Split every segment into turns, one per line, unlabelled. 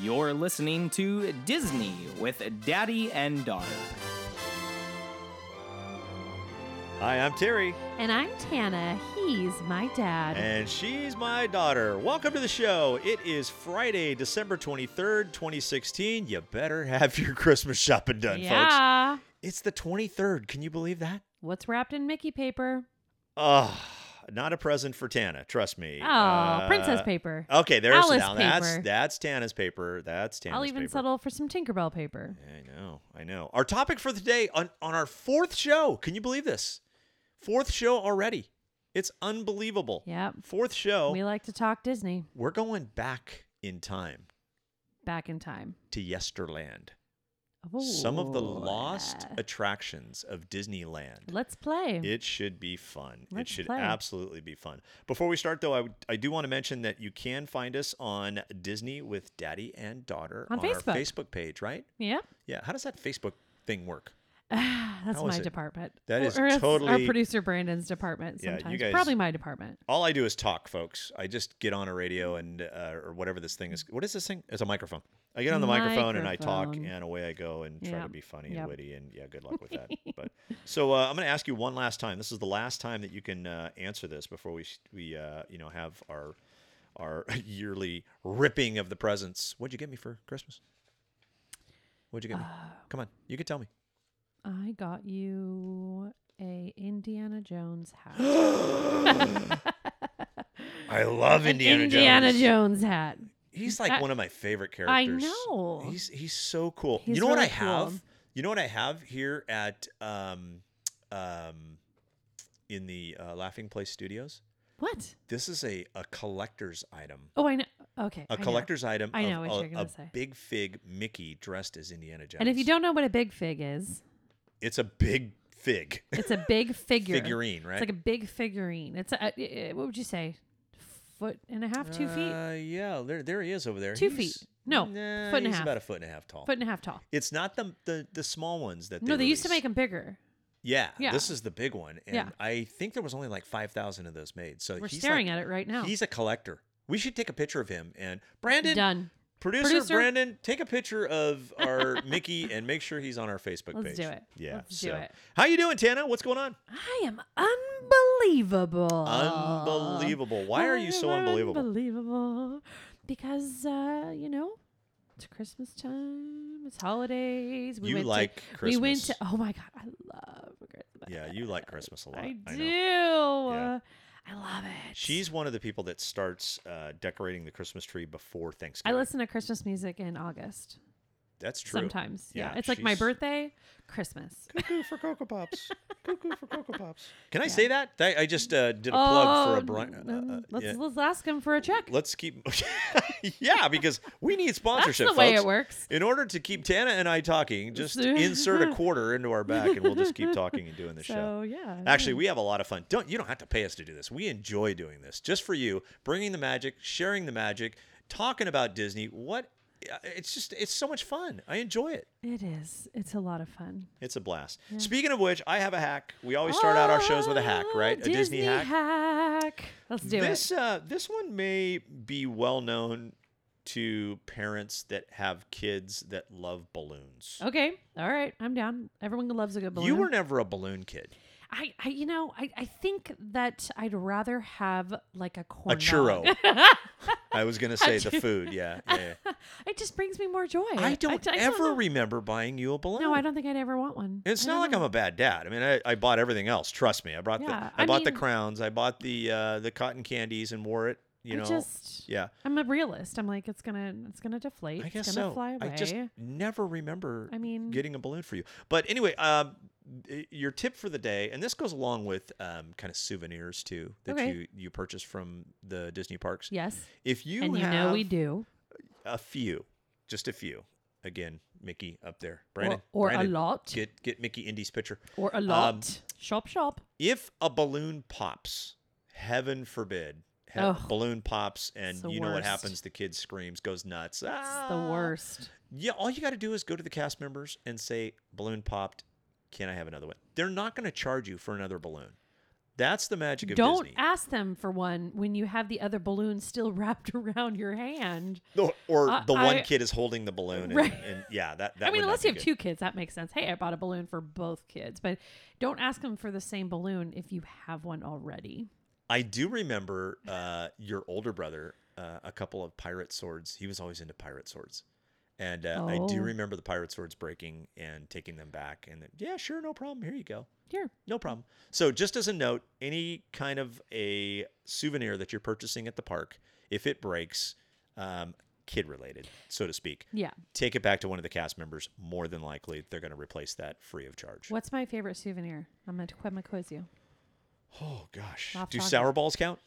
You're listening to Disney with Daddy and Daughter.
Hi, I'm Terry,
And I'm Tana. He's my dad.
and she's my daughter. Welcome to the show. It is Friday, December 23rd, 2016. You better have your Christmas shopping done, folks.
yeah.
It's the 23rd. Can you believe that?
What's wrapped in Mickey paper?
Ugh, Ah, not a present for Tana, trust me. Uh,
Oh, princess paper.
Okay, there's
Alice
now. That's
paper.
that's Tana's paper. That's Tana's
I'll even
paper.
settle for some Tinkerbell paper.
I know, I know. Our topic for the day on, on our fourth show. Can you believe this? Fourth show already. It's unbelievable.
Yep.
Fourth show.
We like to talk Disney
We're going back in time
back in time.
to Yesterland. Some of the
Ooh,
lost
yeah.
attractions of Disneyland.
Let's play.
It should be fun.
Let's
it should
play.
absolutely be fun. Before we start, though, I, would- I do want to mention that you can find us on Disney with Daddy and Daughter
On
our
Facebook.
Facebook page, right?
yeah.
Yeah. How does that Facebook thing work?
That's
How is
my
it?
department.
That
Or-
is
or it's our
totally-
producer Brandon's department
Yeah, you
sometimes.
guys-
Probably my department.
All I do is talk, folks. I just get on a radio and uh, or whatever this thing is. What is this thing? It's a microphone. I get on the microphone, and I talk,
Microphone.
and away I go, and try
Yeah.
to be funny and
Yep.
witty, and yeah, good luck with that. but so uh, I'm going to ask you one last time. This is the last time that you can uh, answer this before we s- we uh, you know have our our yearly ripping of the presents. What'd you get me for Christmas? What'd you get me?
Uh,
Come on, you can tell me.
I got you a Indiana Jones hat.
I love Indiana,
Indiana
Jones.
Jones hat.
He's like
I-
one of my favorite
I
characters.
know.
He's he's so cool.
He's
you know what I
really
have?
cool.
You know what I have here at um um in the uh, Laughing Place Studios?
What?
This is a a collector's item.
Oh, I know. Okay.
A
I know.
collector's item
I know
of
what
a,
you're gonna
a
say.
big fig Mickey dressed as Indiana Jones.
And if you don't know what a big fig is,
it's a big fig.
it's a big figure.
Figurine, right?
It's like a big figurine. It's a, uh, uh, what would you say? Foot and a half, two feet,
Uh, yeah, there there he is over there.
Two
He's-
feet. No,
nah,
foot and a
he's
half.
about a foot and a half tall.
foot and a half tall.
it's not the, the the small ones that
no, they used to
release.
make them bigger.
Yeah,
Yeah.
this is the big one, and
Yeah.
I think there was only like five thousand of those made. So
We're
he's
staring
like-
at it right now.
He's a collector. We should take a picture of him and Brandon.
Done.
Producer,
Producer.
Brandon, take a picture of our Mickey and make sure he's on our Facebook
Let's
page.
do it.
Yeah.
Let's do
so-
it.
how you doing, Tana? What's going on?
I am unbelievable.
Unbelievable. Why are you so unbelievable?
Unbelievable. Because uh, you know, it's Christmas time. It's holidays.
You
went to-
like
We went to.
Christmas.
Oh my god, I love Christmas.
Yeah, you like Christmas a lot.
I
know.
do.
Yeah.
I love it.
She's one of the people that starts uh, decorating the Christmas tree before
I
Thanksgiving.
listen to Christmas music in August
That's true.
sometimes. Yeah,
Yeah,
it's like my
she's-
birthday, Christmas.
Cuckoo for Cocoa Pops. Cuckoo for Cocoa Pops. Can I say that? That- I just uh, did a plug for a uh, Brian.
n- n- Oh, Um, mm-hmm. mm, let's let's ask him for a check.
Let's keep. yeah, because we need
That's
sponsorship.
the way
folks.
it works.
In order to keep Tana and I talking, just insert a quarter into our back, and we'll just keep talking and doing the show.
So yeah,
Actually, we have a lot of fun. Don't you don't have to pay us to do this. We enjoy doing this just for you, bringing the magic, sharing the magic, talking about Disney. What? uh, It's just it's so much fun. I enjoy it.
it is. It's a lot of fun.
It's a blast. Speaking of which, I have a hack. We always start out our shows with a hack,
Ah,
right?
Disney
a Disney hack.
hack. Let's do
this
it.
uh this one may be well known to parents that have kids that love balloons.
Okay, all right, I'm down. Everyone loves a good Oh, balloon.
You were never a balloon kid.
I, I, you know, I, I think that I'd rather have like a corn
a churro.
dog.
I was gonna say the food, yeah. yeah, yeah.
it just brings me more joy.
I don't
I
ever
know.
remember buying you a balloon.
No, I don't think I'd ever want one.
Oh. It's not like I'm a bad dad. I mean, I, I bought everything else. Trust me, I bought
Yeah,
the I,
I
bought the
mean-
crowns. I bought the uh, the cotton candies and wore it. You
I
know,
just-
yeah.
I'm a realist. I'm like, it's gonna, it's gonna deflate.
I guess
it's gonna
so.
fly away.
I just never remember.
I mean-
getting a balloon for you. But anyway, um, y- your tip for the day, and this goes along with um, kind of souvenirs too that
Okay.
you you purchase from the Disney parks.
yes,
If you
and you
have
know we do.
a few, just a few, again, Mickey up there. Brandon.
or a
Brandon,
lot.
Get get Mickey Indy's picture.
Or a
Um,
lot. shop, shop.
if a balloon pops, heaven forbid, he-
Ugh.
balloon pops, and
the
you know what
worst.
happens? The kid screams, goes nuts.
It's
Ah.
the worst.
Yeah, all you got to do is go to the cast members and say, "Balloon popped, can I have another one?" They're not going to charge you for another balloon. That's the magic of
Don't
Disney.
ask them for one when you have the other balloon still wrapped around your hand.
or or
I-
the one
I-
kid is holding the balloon, and,
Right.
and yeah, that that.
I mean,
would not
unless
be
you have
good.
two kids, that makes sense. Hey, I bought a balloon for both kids, but don't ask them for the same balloon if you have one already.
I do remember uh, your older brother, uh, a couple of pirate swords. He was always into pirate swords. And uh, I
Oh.
do remember the pirate swords breaking and taking them back. And then, yeah, sure, no problem. Here you go.
Here,
No problem. So, just as a note, any kind of a souvenir that you're purchasing at the park, if it breaks, um, kid related, so to speak,
yeah.
take it back to one of the cast members. More than likely, they're going to replace that free of charge.
What's my favorite souvenir? I'm gonna, qu- I'm gonna quiz you.
Oh, gosh.
Off
Do
topic.
sour balls count?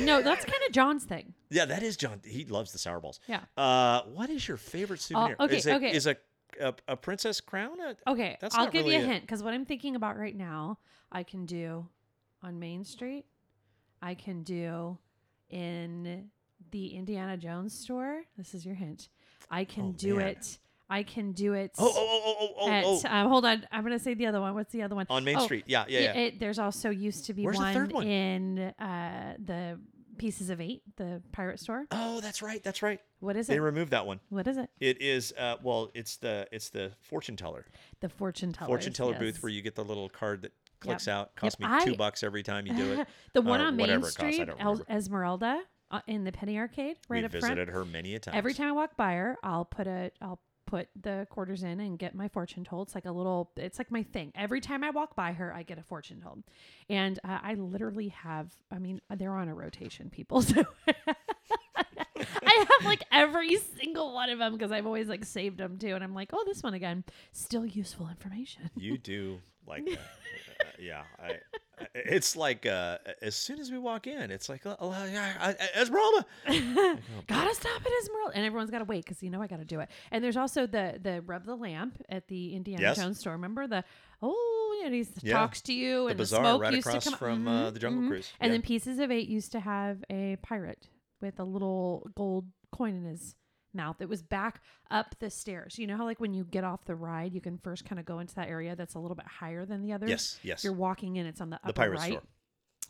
No, that's kind of John's thing.
Yeah, that is John. He loves the sour balls.
Yeah.
Uh, what is your favorite souvenir?
okay,
is it,
okay. Oh,
Is a, a a princess crown? A,
Okay,
That's
I'll
not
give you
really
a
it.
hint because what I'm thinking about right now, I can do on Main Street, I can do in the Indiana Jones store. This is your hint. I can
Oh,
do
man.
it. I can do it.
Oh, oh, oh, oh,
at,
oh, oh.
um, hold on, I'm gonna say the other one. What's the other one?
On Main
Oh,
Street. Yeah, yeah,
it-
yeah.
it- there's also used to be
Where's the
one,
third one?
in uh, the Pieces of Eight, the pirate store.
oh, that's right. That's right.
What is
They
it?
removed that one.
what is it?
It is uh, well, it's the it's the fortune teller
The fortune teller.
fortune teller booth where you get the little card that clicks out. Costs
Yep,
me two
I-
bucks every time you do it.
the one
or
on Main
Uh, whatever it costs, I
Street,
don't
El-
remember.
Esmeralda, uh, in the Penny Arcade, right
we
up front.
visited her many a time.
Every time I walk by her, I'll put a I'll put the quarters in and get my fortune told. It's like a little. It's like my thing. Every time I walk by her, I get a fortune told, and uh, I literally have. I mean, uh, they're on a rotation, people. So. I have like every single one of them because I've always like saved them too, and I'm like, oh, this one again. Still useful information.
You do like that. Uh, yeah. I, I- it's like uh, as soon as we walk in, it's like, oh, oh, yeah, I- I- Esmeralda. Oh,
gotta stop it, Esmeralda. And everyone's gotta wait because you know I gotta do it. And there's also the the rub the lamp at the Indiana
Yes.
Jones store. Remember the oh, you know, he
Yeah.
talks to you
the
and the
bazaar
smoke
right
used
across
to come
from
Mhm,
uh, the Jungle
mhm.
Cruise.
And
Yeah.
then Pieces of Eight used to have a pirate with a little gold coin in his mouth. It was back up the stairs. You know how like when you get off the ride, you can first kind of go into that area that's a little bit higher than the others.
Yes, yes.
You're walking in. It's on the upper
the pirate
right.
store.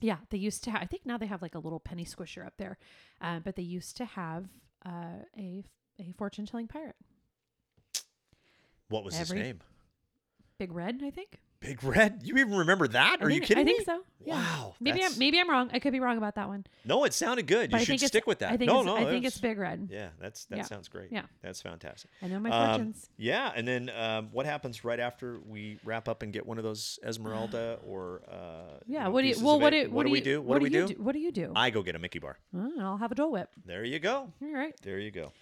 Yeah, they used to. Ha- I think now they have like a little penny squisher up there, uh, but they used to have uh, a a fortune telling pirate,
What was
Every-
his name?
Big Red, I think.
Big Red. You even remember that?
I
Are you
think-
kidding
I think
me?
so. yeah.
Wow.
Maybe I'm
that's-
maybe I'm wrong. I could be wrong about that one.
No, it sounded good. You
But I
should
think it's-
stick with that.
I think
no,
it's,
no.
I think
that's-
it's Big Red.
Yeah, that's that
Yeah.
sounds great.
Yeah.
That's fantastic.
I know my
Um,
fortunes.
yeah, and then um, what happens right after we wrap up and get one of those Esmeralda or uh,
Yeah.
know,
What do you?
pieces
Well,
of
what
it?
do
what do we do? What do we
you
do?
What do you do?
I go get a Mickey bar.
Oh, I'll have a Dole Whip.
There you go.
All right.
There you go.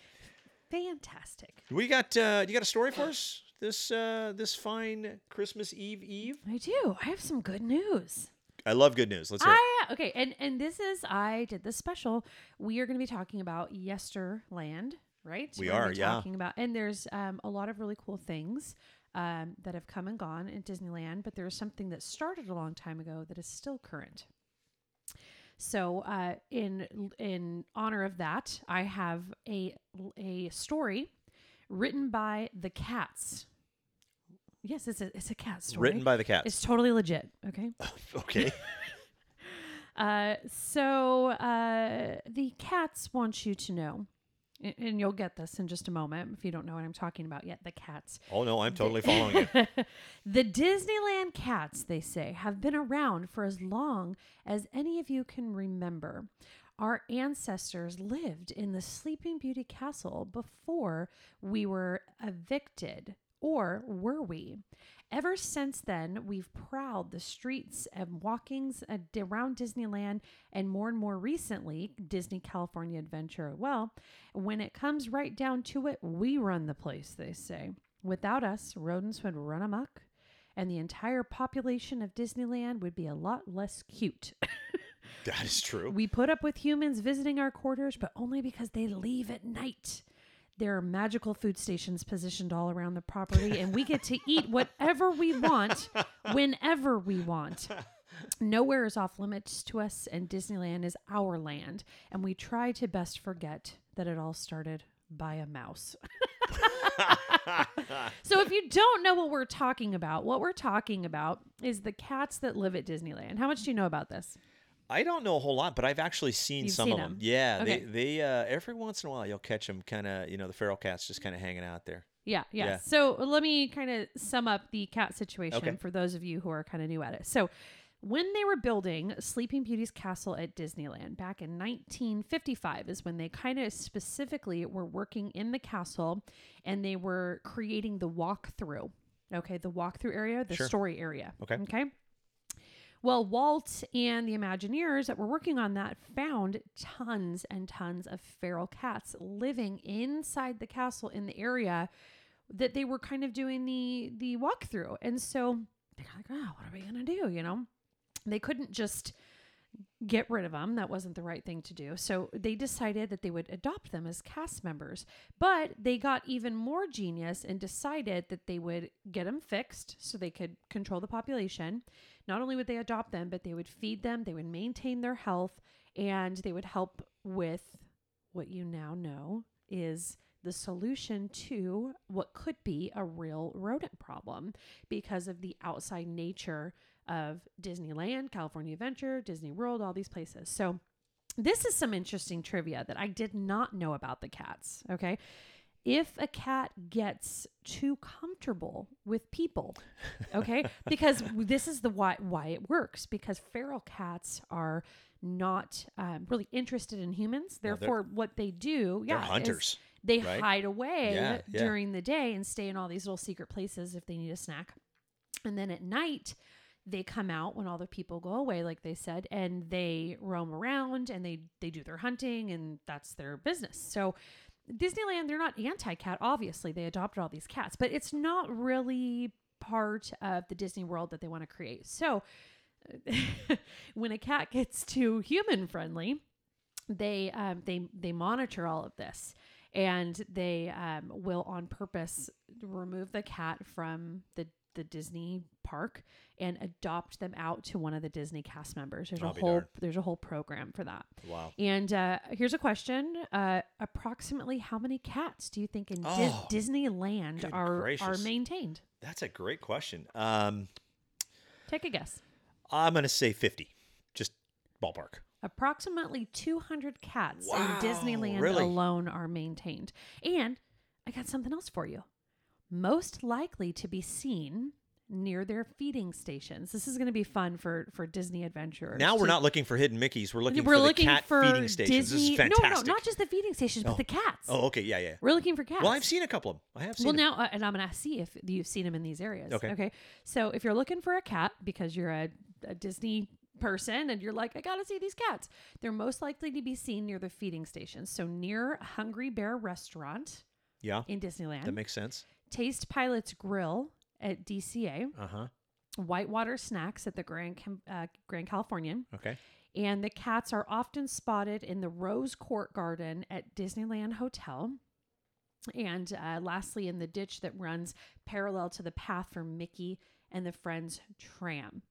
Fantastic.
We got uh, you got a story for us this uh, this fine Christmas Eve Eve.
I do. I have some good news.
I love good news. Let's hear it.
I uh, okay, and and this is I did this special. We are going to be talking about Yesterland, right?
We
We're gonna
are,
be
yeah.
talking about, and there's um, a lot of really cool things um, that have come and gone in Disneyland, but there's something that started a long time ago that is still current. So, uh, in in honor of that, I have a a story written by the cats. Yes, it's a it's a cat story.
Written by the cats.
It's totally legit. Okay.
okay.
Uh, so uh, the cats want you to know, a- and you'll get this in just a moment if you don't know what I'm talking about yet. The cats.
Oh no, I'm totally following it.
the Disneyland cats, they say, have been around for as long as any of you can remember. Our ancestors lived in the Sleeping Beauty Castle before we were evicted. Or were we? Ever since then, we've prowled the streets and walkings uh, d- around Disneyland and more and more recently, Disney California Adventure. Well, when it comes right down to it, we run the place, they say. Without us, rodents would run amok, and the entire population of Disneyland would be a lot less cute.
That is true.
we put up with humans visiting our quarters, but only because they leave at night. There are magical food stations positioned all around the property, and we get to eat whatever we want whenever we want. Nowhere is off limits to us, and Disneyland is our land. And we try to best forget that it all started by a mouse. so, if you don't know what we're talking about, what we're talking about is the cats that live at Disneyland. How much do you know about this?
I don't know a whole lot, but I've actually seen
You've
some
seen
of them.
them.
Yeah,
Okay.
they they uh, every once in a while you'll catch them kind of you know the feral cats just kind of hanging out there.
Yeah, yeah.
Yeah.
So let me kind of sum up the cat situation
Okay.
for those of you who are kind of new at it. So when they were building Sleeping Beauty's castle at Disneyland back in 1955 is when they kind of specifically were working in the castle and they were creating the walkthrough. Okay, the walkthrough area, the
Sure.
story area.
Okay.
Okay. Well, Walt and the Imagineers that were working on that found tons and tons of feral cats living inside the castle in the area that they were kind of doing the the walkthrough. And so they're like, oh, what are we gonna do? You know? They couldn't just get rid of them. That wasn't the right thing to do. So they decided that they would adopt them as cast members. But they got even more genius and decided that they would get them fixed so they could control the population. Not only would they adopt them, but they would feed them, they would maintain their health, and they would help with what you now know is the solution to what could be a real rodent problem because of the outside nature of Disneyland, California Adventure, Disney World, all these places. So, this is some interesting trivia that I did not know about the cats. Okay. If a cat gets too comfortable with people, okay, because this is the why why it works because feral cats are not um, really interested in humans.
they're-
Therefore, what they do,
They're
yeah, is
hunters.
they
right?
hide away
Yeah, yeah.
during the day and stay in all these little secret places if they need a snack. And then at night, they come out when all the people go away, like they said, and they roam around and they they do their hunting and that's their business. So Disneyland, they're not anti-cat, obviously. They adopted all these cats, but it's not really part of the Disney world that they want to create. So when a cat gets too human friendly, they um, they they monitor all of this and they um, will on purpose remove the cat from the the Disney park and adopt them out to one of the Disney cast members. There's
I'll
a
be
whole
darned.
there's a whole program for that.
Wow.
And uh, here's a question: uh, Approximately how many cats do you think in Dis-
Oh,
Disneyland
good
are are
gracious.
maintained?
That's a great question. Um,
Take a guess.
I'm gonna say 50, just ballpark.
Approximately 200 cats
Wow,
in Disneyland
really?
alone are maintained. And I got something else for you. Most likely to be seen near their feeding stations. This is going to be fun for for Disney adventurers.
Now we're
to-
not looking for hidden Mickey's. We're looking
we're
for
looking
the cat
for
feeding stations.
Disney.
This is fantastic.
No, no, not just the feeding stations, but the cats.
Oh, okay, yeah, yeah.
We're looking for cats.
Well, I've seen a couple of them. I have seen.
Well,
them.
now, uh, and I'm going to see if you've seen them in these areas.
Okay.
So if you're looking for a cat because you're a, a Disney person and you're like, I got to see these cats, they're most likely to be seen near the feeding stations. So near a Hungry Bear restaurant
yeah,
in Disneyland,
that makes sense.
Taste Pilot's Grill at DCA,
Uh huh.
Whitewater Snacks at the Grand, Cam- uh, Grand Californian.
Okay.
And the cats are often spotted in the Rose Court Garden at Disneyland Hotel. And uh, lastly, in the ditch that runs parallel to the path for Mickey and the Friends tram.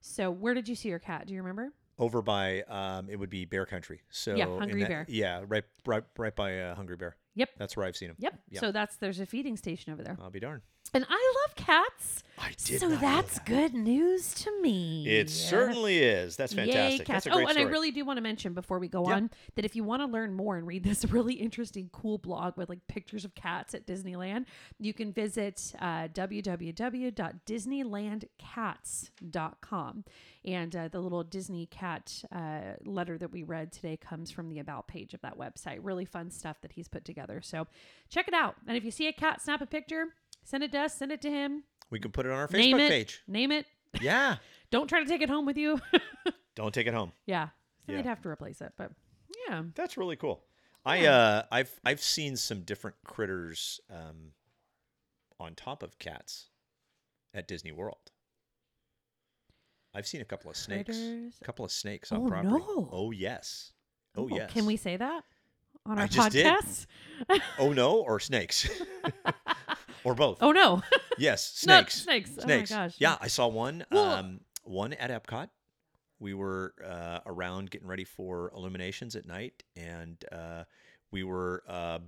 So, where did you see your cat? Do you remember?
Over by um, it would be Bear Country. So in
Hungry
that-
Bear.
Yeah, right, right, right by uh, Hungry Bear.
Yep.
That's where I've seen them.
Yep.
Yeah.
So that's there's a feeding station over there,
I'll be darned.
and I love cats.
I did
So
not know
that's
that.
good news to me.
It certainly is. That's fantastic.
Yay,
That's
cats.
a
Oh,
great
and I
story.
really do want to mention before we go
Yeah.
on that if you want to learn more and read this really interesting, cool blog with like pictures of cats at Disneyland, you can visit uh, www.disneylandcats.com. And uh, the little Disney cat uh, letter that we read today comes from the About page of that website. Really fun stuff that he's put together. So check it out. And if you see a cat, snap a picture, send it to us, send it to him.
we can put it on our
name
Facebook
it.
page.
Name it.
Yeah.
Don't try to take it home with you.
Don't take it home.
Yeah. So
Yeah.
They'd have to replace it, but yeah.
That's really cool. I uh, I've I've seen some different critters um, on top of cats at Disney World. I've seen a couple of snakes.
Critters.
A couple of snakes on
Oh,
property.
no.
Oh yes. Oh yes.
Can we say that? on
I
our
just did.
podcast?
Oh no, or snakes, or both.
Oh no.
Yes,
No,
snakes.
snakes. Oh my gosh.
Yeah, I saw one.
Well-
Um, one at Epcot. We were uh, around getting ready for illuminations at night, and uh, we were. Uh,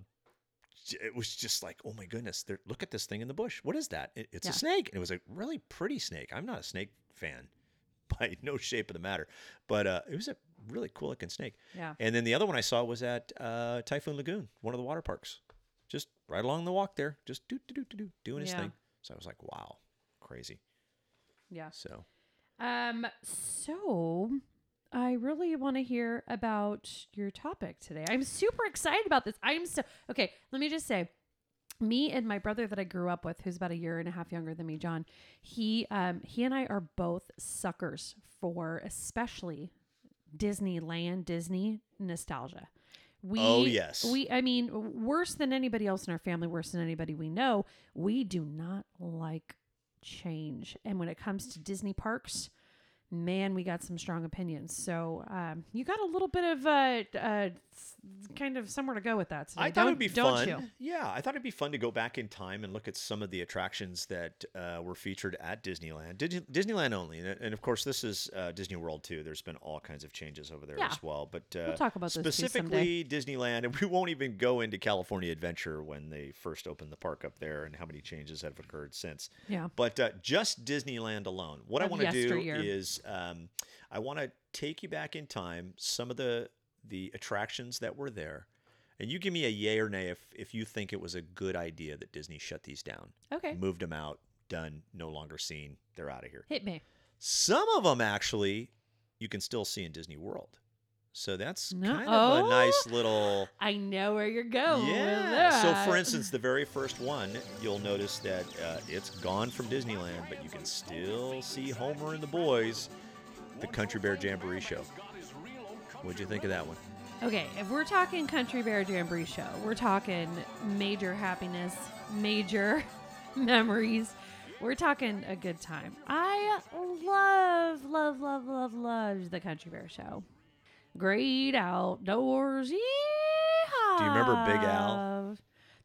j- it was just like, oh my goodness! There, look at this thing in the bush. What is that? It, it's
Yeah.
a snake, and it was a really pretty snake. I'm not a snake fan by no shape of the matter, but uh, it was a really cool looking snake.
yeah.
And then the other one I saw was at uh, Typhoon Lagoon, one of the water parks, just right along the walk there, just do do do do do doing his
Yeah.
thing. So I was like, wow, crazy.
Yeah.
So
Um, so I really want to hear about your topic today. I'm super excited about this. I'm so okay. Let me just say, me and my brother that I grew up with, who's about a year and a half younger than me, John, he um he and I are both suckers for especially Disneyland, Disney nostalgia. We,
Oh, yes.
We, I mean, worse than anybody else in our family, worse than anybody we know, we do not like change. And when it comes to Disney parks, man, we got some strong opinions. So um, you got a little bit of uh, uh, s- kind of somewhere to go with that. Today.
I thought
don't,
it'd be
don't
fun.
You?
Yeah, I thought it'd be fun to go back in time and look at some of the attractions that uh, were featured at Disneyland, Dis- Disneyland only, and, and of course this is uh, Disney World too. There's been all kinds of changes over there
Yeah.
as well, but uh,
talk about those two
specifically Disneyland, and we won't even go into California Adventure when they first opened the park up there and how many changes have occurred since.
Yeah.
But uh, just Disneyland alone, what I
Of
want to do
yesteryear.
is um, I want to take you back in time, some of the the attractions that were there, and you give me a yay or nay if if you think it was a good idea that Disney shut these down,
Okay.
moved them out, done, no longer seen, they're out of here.
Hit me.
Some of them actually you can still see in Disney World, so that's
No-
kind of
oh.
a nice little.
I know where you're going. with
Yeah. So, for
that.
instance, the very first one, you'll notice that uh, it's gone from Disneyland, but you can still see Homer and the boys, the Country Bear Jamboree show. What'd you think of that one?
Okay, if we're talking Country Bear Jamboree show, we're talking major happiness, major memories. We're talking a good time. I love, love, love, love, love the Country Bear show. Great outdoors. Yeehaw.
Do you remember Big Al?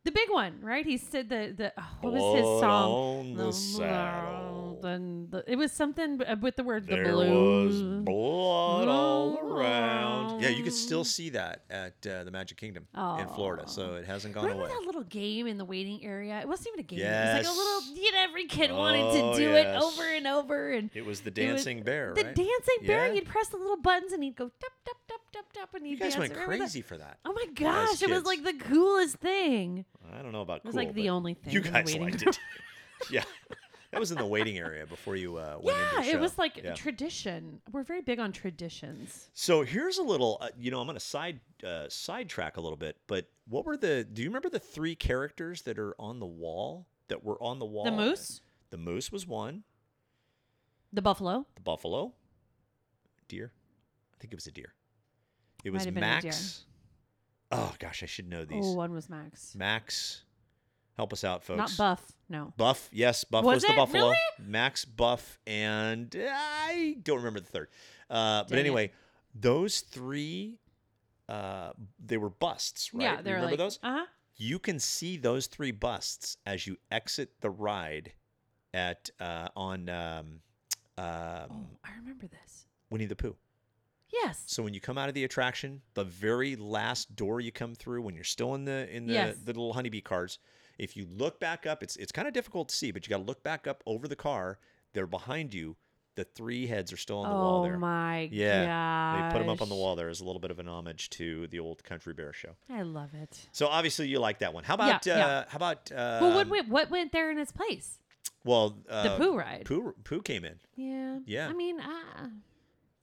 The big one, right? He said the the oh, what was his
Blood
song?
on the saddle.
then the- it was something b- uh, with the word the
there was
blues.
blood all
Blue
around. Yeah, you
around.
can still see that at uh, the Magic Kingdom in Florida,
Aw.
so it hasn't gone
Remember
away.
that little game in the waiting area? It wasn't even a game. It was like
Yes.
a little. You know, every kid wanted
Oh,
to do it
yes.
over and over. And
It was the
it was-
dancing bear,
The
right?
dancing bear.
Yeah.
You'd press the little buttons and he'd go dup dup dup dup dup, and he'd
you guys
dance.
went
Remember that?
crazy for that.
Oh my gosh! It was
kids.
like the coolest thing.
I don't know about
was,
cool,
like, the
but
only thing
You
in the
guys
waiting
liked
room.
it. yeah. That was in the waiting area before you uh, went into
Yeah,
the show.
it was like
Yeah.
tradition. We're very big on traditions.
so here's a little, uh, you know, I'm going to side uh, sidetrack a little bit, but what were the? Do you remember the three characters that are on the wall that were on the wall?
The moose,
The moose was one.
the buffalo.
The buffalo. Deer. I think it was a deer. It
Might
was
have been a deer.
Max. Oh gosh, I should know these.
Oh, one was Max.
Max, help us out, folks.
Not Buff. No.
Buff, yes, Buff
Was
was, the
it?
Buffalo.
Really?
Max Buff, and I don't remember the third. Uh, but
Dang it.
anyway, those three, uh, they were busts, right?
Yeah,
You
they're
remember
like
those?
uh huh.
You can see those three busts as you exit the ride at uh, on um, um,
I remember this.
Winnie the Pooh.
Yes.
So when you come out of the attraction, the very last door you come through, when you're still in the in the,
Yes.
the little honeybee cars, if you look back up, it's it's kind of difficult to see, but you got to look back up over the car. They're behind you. The three heads are still on the wall
Oh
there.
my
yeah, they put them up on the
gosh.
wall there as a little bit of an homage to the old Country Bear show.
I love it.
So obviously you like that one. How
Yeah,
about uh,
yeah.
how about uh,
Well, what went, what went there in its place?
well
The
uh,
poo ride.
Pooh Pooh came in.
Yeah.
Yeah.
I mean, uh,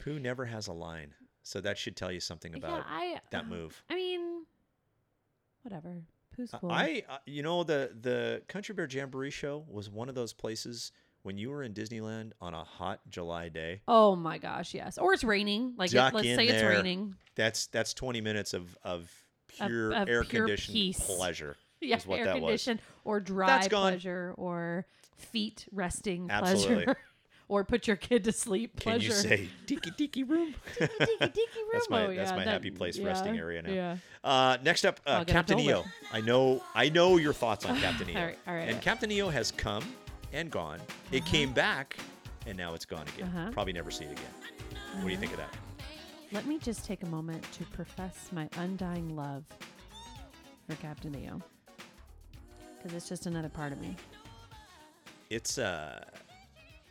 Pooh never has a line, so that should tell you something
yeah,
about
I
that
uh,
move.
I mean, whatever. Pooh's
I-
cool.
I, uh, you know, the the Country Bear Jamboree show was one of those places when you were in Disneyland on a hot July day.
oh my gosh, yes. Or it's raining. Like it-
duck
let's
in
say it's
there.
raining.
That's that's twenty minutes of of
Of-
pure
of pure
air conditioned
peace.
pleasure.
Yeah,
is what
air
that was.
conditioned or dry
That's gone.
pleasure or feet resting
Absolutely.
pleasure or put your kid to sleep
Can
pleasure.
you say tiki tiki room?
Tiki, tiki room.
That's my
Oh, yeah,
that's my
that-
happy place
yeah,
resting area now.
Yeah.
Uh, next up, uh,
I'll get a
Captain EO.
Dole Whip.
I know I know your thoughts on Captain EO.
All right, all right.
And Captain EO has come and gone. It came back, and now it's gone again.
Uh-huh.
Probably never see it again. What do you think of that?
Let me just take a moment to profess my undying love for Captain EO. Because it's just another part of me.
It's uh,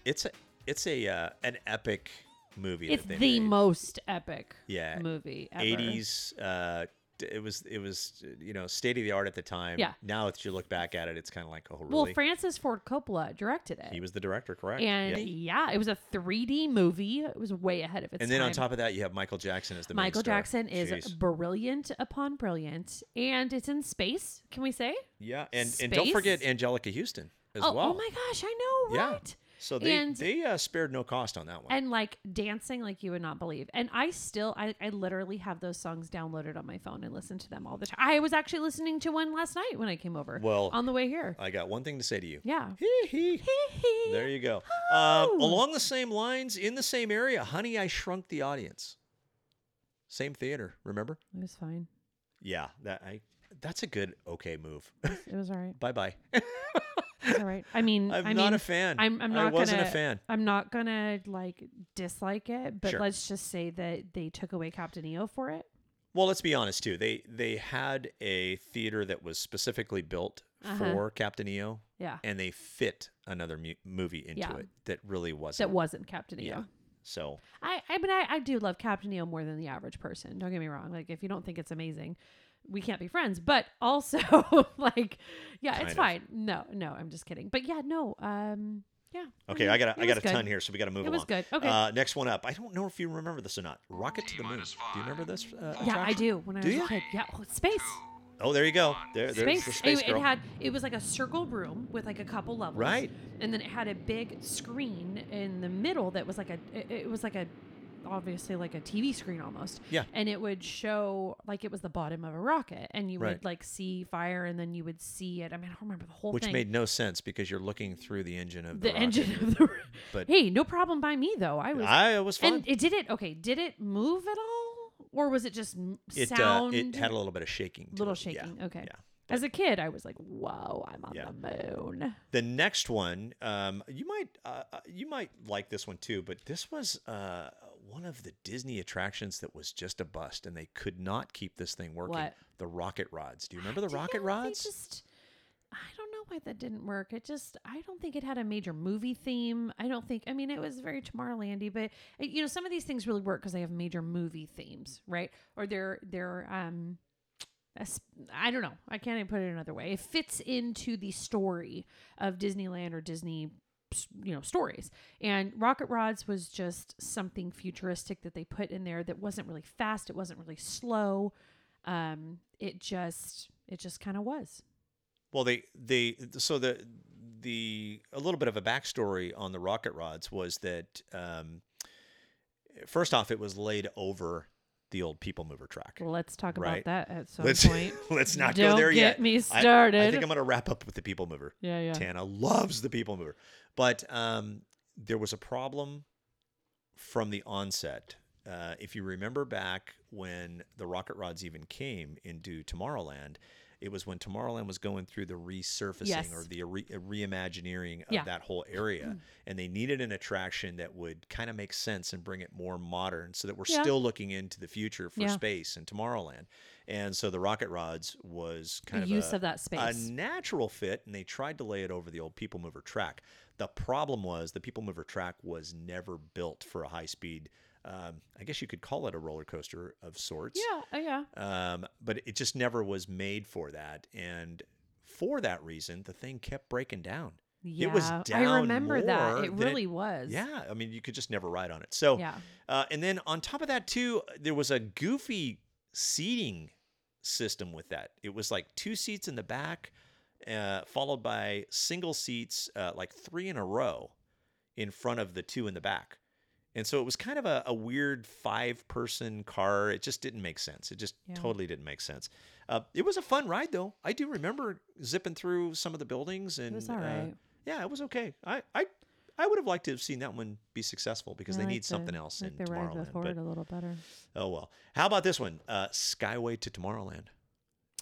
it's a it's a uh, an epic movie.
It's
that they
the
made.
most epic
Yeah,
movie ever.
80s uh d- it was it was you know state of the art at the time
Yeah.
now that you look back at it it's kind of like oh really
Well, Francis Ford Coppola directed it.
he was the director correct
and
Yeah.
yeah. it was a 3D movie. It was way ahead of its
and then on
time.
top of that you have michael jackson as the main
Michael
star.
Jackson is
Jeez.
brilliant upon brilliant, and it's in space. Can we say?
yeah and and don't forget
space.
angelica houston as
oh,
well
oh my gosh, I know,
yeah
right?
so they
And-
they uh, spared no cost on that one
and like dancing like you would not believe and i still I, I literally have those songs downloaded on my phone and listen to them all the time i was actually listening to one last night when i came over
Well,
on the way here
i got one thing to say to you
yeah
Hee hee. there you go um,
Oh.
along the same lines in the same area honey i shrunk the audience same theater remember
it was fine
Yeah, that I that's a good okay move.
it was all right
bye bye.
it was all right i mean
I'm
I
not
mean,
a fan.
i'm, I'm
I
not
wasn't a
gonna-
fan.
i'm not gonna like dislike it but
Sure.
let's just say that they took away captain EO for it
Well, let's be honest too. They they had a theater that was specifically built
Uh-huh.
for Captain EO,
yeah
and they fit another mu- movie into
Yeah.
it that really wasn't.
that wasn't captain E EO.
Yeah. So
I, I mean, I, I do love Captain EO more than the average person. Don't get me wrong. Like, if you don't think it's amazing, we can't be friends. But also, like, yeah,
Kind
it's
of.
fine. No, no, I'm just kidding. But yeah, no, um, yeah.
okay,
mean,
I got a,
it
I got
was
a
good.
ton here, so we got to move
It was
along.
good. Okay.
Uh, next one up. I don't know if you remember this or not. Rocket to the Moon. Do you remember this? Uh,
Yeah, I
attraction?
do. When I
Do
was
you?
a kid, yeah, oh, it's space,
Oh, there you go. There, there's
space.
the space
it,
girl.
it had it was like a circle room with like a couple levels,
Right.
And then it had a big screen in the middle that was like a it, it was like a obviously like a TV screen almost.
yeah.
and it would show like it was the bottom of a rocket and you
Right.
would like see fire and then you would see it i mean i don't remember the whole
Which
thing
made no sense because you're looking through the engine of the,
the
rocket.
engine of the
But-
hey no problem by me though i was
I was fun.
and it did it okay did it move at all or was it just m-
it
sound
uh, it had a little bit of shaking. to
little
it, yeah,
shaking okay
yeah.
as a kid i was like whoa i'm on
Yeah.
the moon
The next one, um, you might uh, uh, you might like this one too, but this was uh, one of the Disney attractions that was just a bust, and they could not keep this thing working.
What?
The rocket rods. Do you remember the
Yeah,
rocket
they
rods?
just I don't know why that didn't work. It just I don't think it had a major movie theme. I don't think. I mean, it was very Tomorrowlandy, but uh, you know, some of these things really work because they have major movie themes, right? Or they're they're um. a s- I don't know. I can't even put it another way. It fits into the story of Disneyland or Disney, s- you know, stories. And Rocket Rods was just something futuristic that they put in there that wasn't really fast. It wasn't really slow um it just it just kind of was
Well, they they so the the a little bit of a backstory on the rocket rods was that um, first off, it was laid over the old people mover track.
let's talk
Right.
about that at some
let's
point
let's not go
Don't
there yet.
get me
I- I,
started.
think I'm gonna wrap up with the people mover.
yeah yeah
Tana loves the people mover, but um, there was a problem from the onset. Uh, if you remember back when the rocket rods even came into Tomorrowland, it was when Tomorrowland was going through the resurfacing
Yes.
or the re- reimagineering of
Yeah. Mm-hmm.
that whole area, and they needed an attraction that would kind of make sense and bring it more modern, so that we're
Yeah.
still looking into the future for
Yeah.
space and Tomorrowland. And so the rocket rods was kind
The
of
use
a-
of that
a
space.
natural fit, and they tried to lay it over the old people mover track. The problem was the people mover track was never built for a high speed. Um, I guess you could call it a roller coaster of sorts.
yeah uh, yeah
Um, but it just never was made for that, and for that reason, the thing kept breaking down.
yeah
It was down
i remember
more
that it
than
really was
Yeah, I mean, you could just never ride on it. So,
Yeah.
uh, and then on top of that too, there was a goofy seating system with that. It was like two seats in the back, uh, followed by single seats, uh, like three in a row, in front of the two in the back. And so it was kind of a, a weird five person car. It just didn't make sense. It just
Yeah.
totally didn't make sense. Uh, it was a fun ride though. I do remember zipping through some of the buildings and
was
uh,
all right.
yeah, it was okay. I I I would have liked to have seen that one be successful because
I
they
like
need something
the-
else
like
in
they ride the
Tomorrowland.
forward
But,
a little better.
oh well. How about this one? Uh, Skyway to Tomorrowland.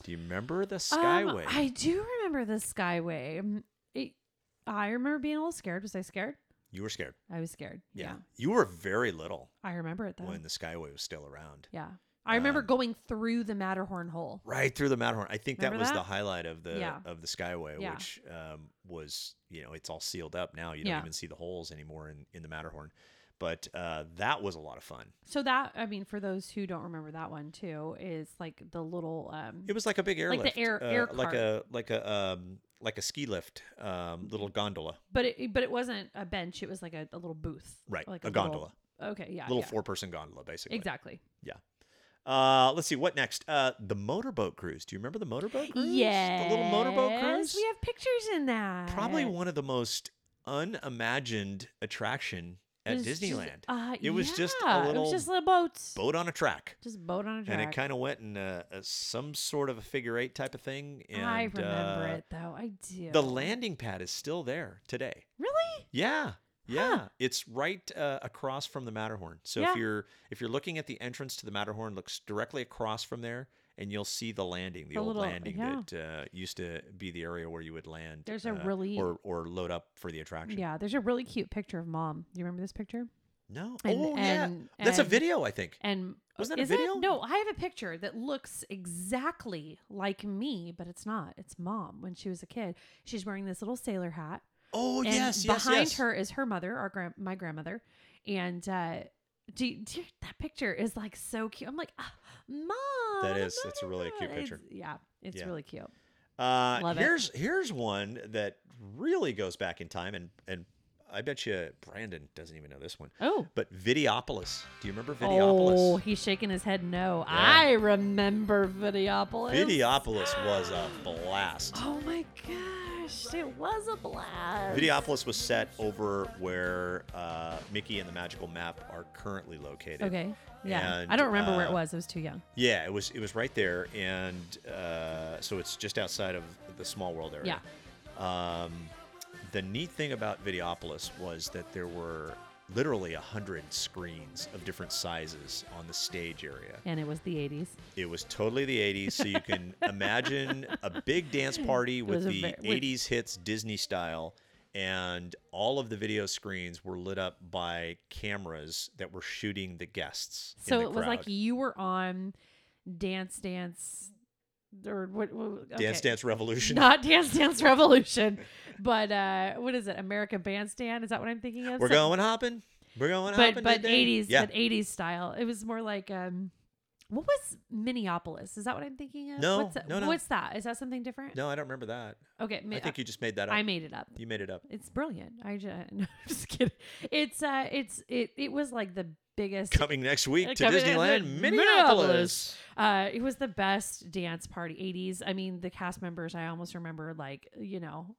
Do you remember the
Um,
Skyway?
I do remember the Skyway. Mm, It, I remember being a little scared. Was I scared?
you were scared.
I was scared. Yeah.
You were very little
I remember it though.
when the Skyway was still around.
yeah. I remember
Um,
going through the Matterhorn hole.
Right through the Matterhorn. I think that
Remember
was
that?
the highlight of the
Yeah.
of the Skyway,
Yeah.
which um, was you know it's all sealed up now. You don't
Yeah.
even see the holes anymore in, in the Matterhorn. But uh, that was a lot of fun.
So that I mean, for those who don't remember that one too, is like the little um
It was like a big airlift,
air- air
uh, like
cart.
a like a um, like a ski lift, um, little
Mm-hmm.
gondola,
but it but it wasn't a bench, it was like a, a little booth.
Right,
Like
a
little-
gondola.
okay, yeah.
little
Uh, yeah.
four person gondola, basically.
Exactly.
Uh, let's see what next. Uh, the motorboat cruise. Do you remember the motorboat cruise?
Yes.
the little motorboat cruise.
We have pictures in that.
Probably one of the most unimagined attraction at
It's just-
Disneyland.
uh,
it was just
yeah,
a
It
little
was just little boats.
boat on a track.
Just boat on a track.
And it kind of went in a, a, some sort of a figure eight type of thing. And,
I remember
uh,
it though. I do.
The landing pad is still there today.
Really?
Yeah. Yeah, it's right uh, across from the Matterhorn. So
Yeah.
if you're if you're looking at the entrance to the Matterhorn, looks directly across from there, and you'll see the landing, the
The
old
little-
landing
yeah.
that uh, used to be the area where you would land.
There's a
uh,
really-
or or load up for the attraction.
Yeah. There's a really cute picture of mom. Do you remember this picture?
No.
And-
oh
and-
yeah, that's a
and-
video, I think.
And
Wasn't that a
isn't
video?
It? No, I have a picture that looks exactly like me, but it's not. It's mom when she was a kid. She's wearing this little sailor hat.
oh
and
yes, yes,
behind
yes.
her is her mother, our grand, my grandmother, and uh, do, you- do you- that picture is like so cute. I'm like, ah, mom.
That is-
I
that's a
love
really cute
it." It's-
picture.
yeah, it's
Yeah.
really cute.
Uh,
Love it.
here's here's one that really goes back in time, and and I bet you Brandon doesn't even know this one.
Oh.
But Videopolis, do you remember
Oh,
Videopolis?
he's shaking his head no. I remember Videopolis.
Videopolis was a blast.
Oh my gosh, it was a blast.
Videopolis was set over where uh, Mickey and the Magical Map are currently located.
Okay. Yeah.
And,
I don't remember where it
uh,
was. I was too young.
Yeah, it was it was right there, and uh, so it's just outside of the Small World area. Yeah. Um, the neat thing about Videopolis was that there were literally a hundred screens of different sizes on the stage area.
And it was the 80s.
It was totally the '80s, so you can imagine a big dance party with
was a
the
ve- with-
'80s hits Disney style, and all of the video screens were lit up by cameras that were shooting the guests. in
So
the
it was like
crowd.
you were on Dance Dance or what? what okay.
Dance Dance Revolution.
Not Dance Dance Revolution, but uh, what is it? American Bandstand? Is that what I'm thinking of?
We're
Some-
going hopping. We're going hopping.
But but
today.
80s,
Yeah.
but 80s style. It was more like um, what was Minneapolis? Is that what I'm thinking of?
No,
what's that?
no, no.
What's that? Is that something different?
no, I don't remember that.
Okay,
I think you just made that up.
I made it up.
you made it up.
It's brilliant. I just, no, I'm just kidding. It's uh, it's it it was like the biggest.
Coming next week
Uh,
to
coming next
Disneyland,
week,
Minneapolis.
Uh, it was the best dance party. 80s. I mean, the cast members. I almost remember like you know,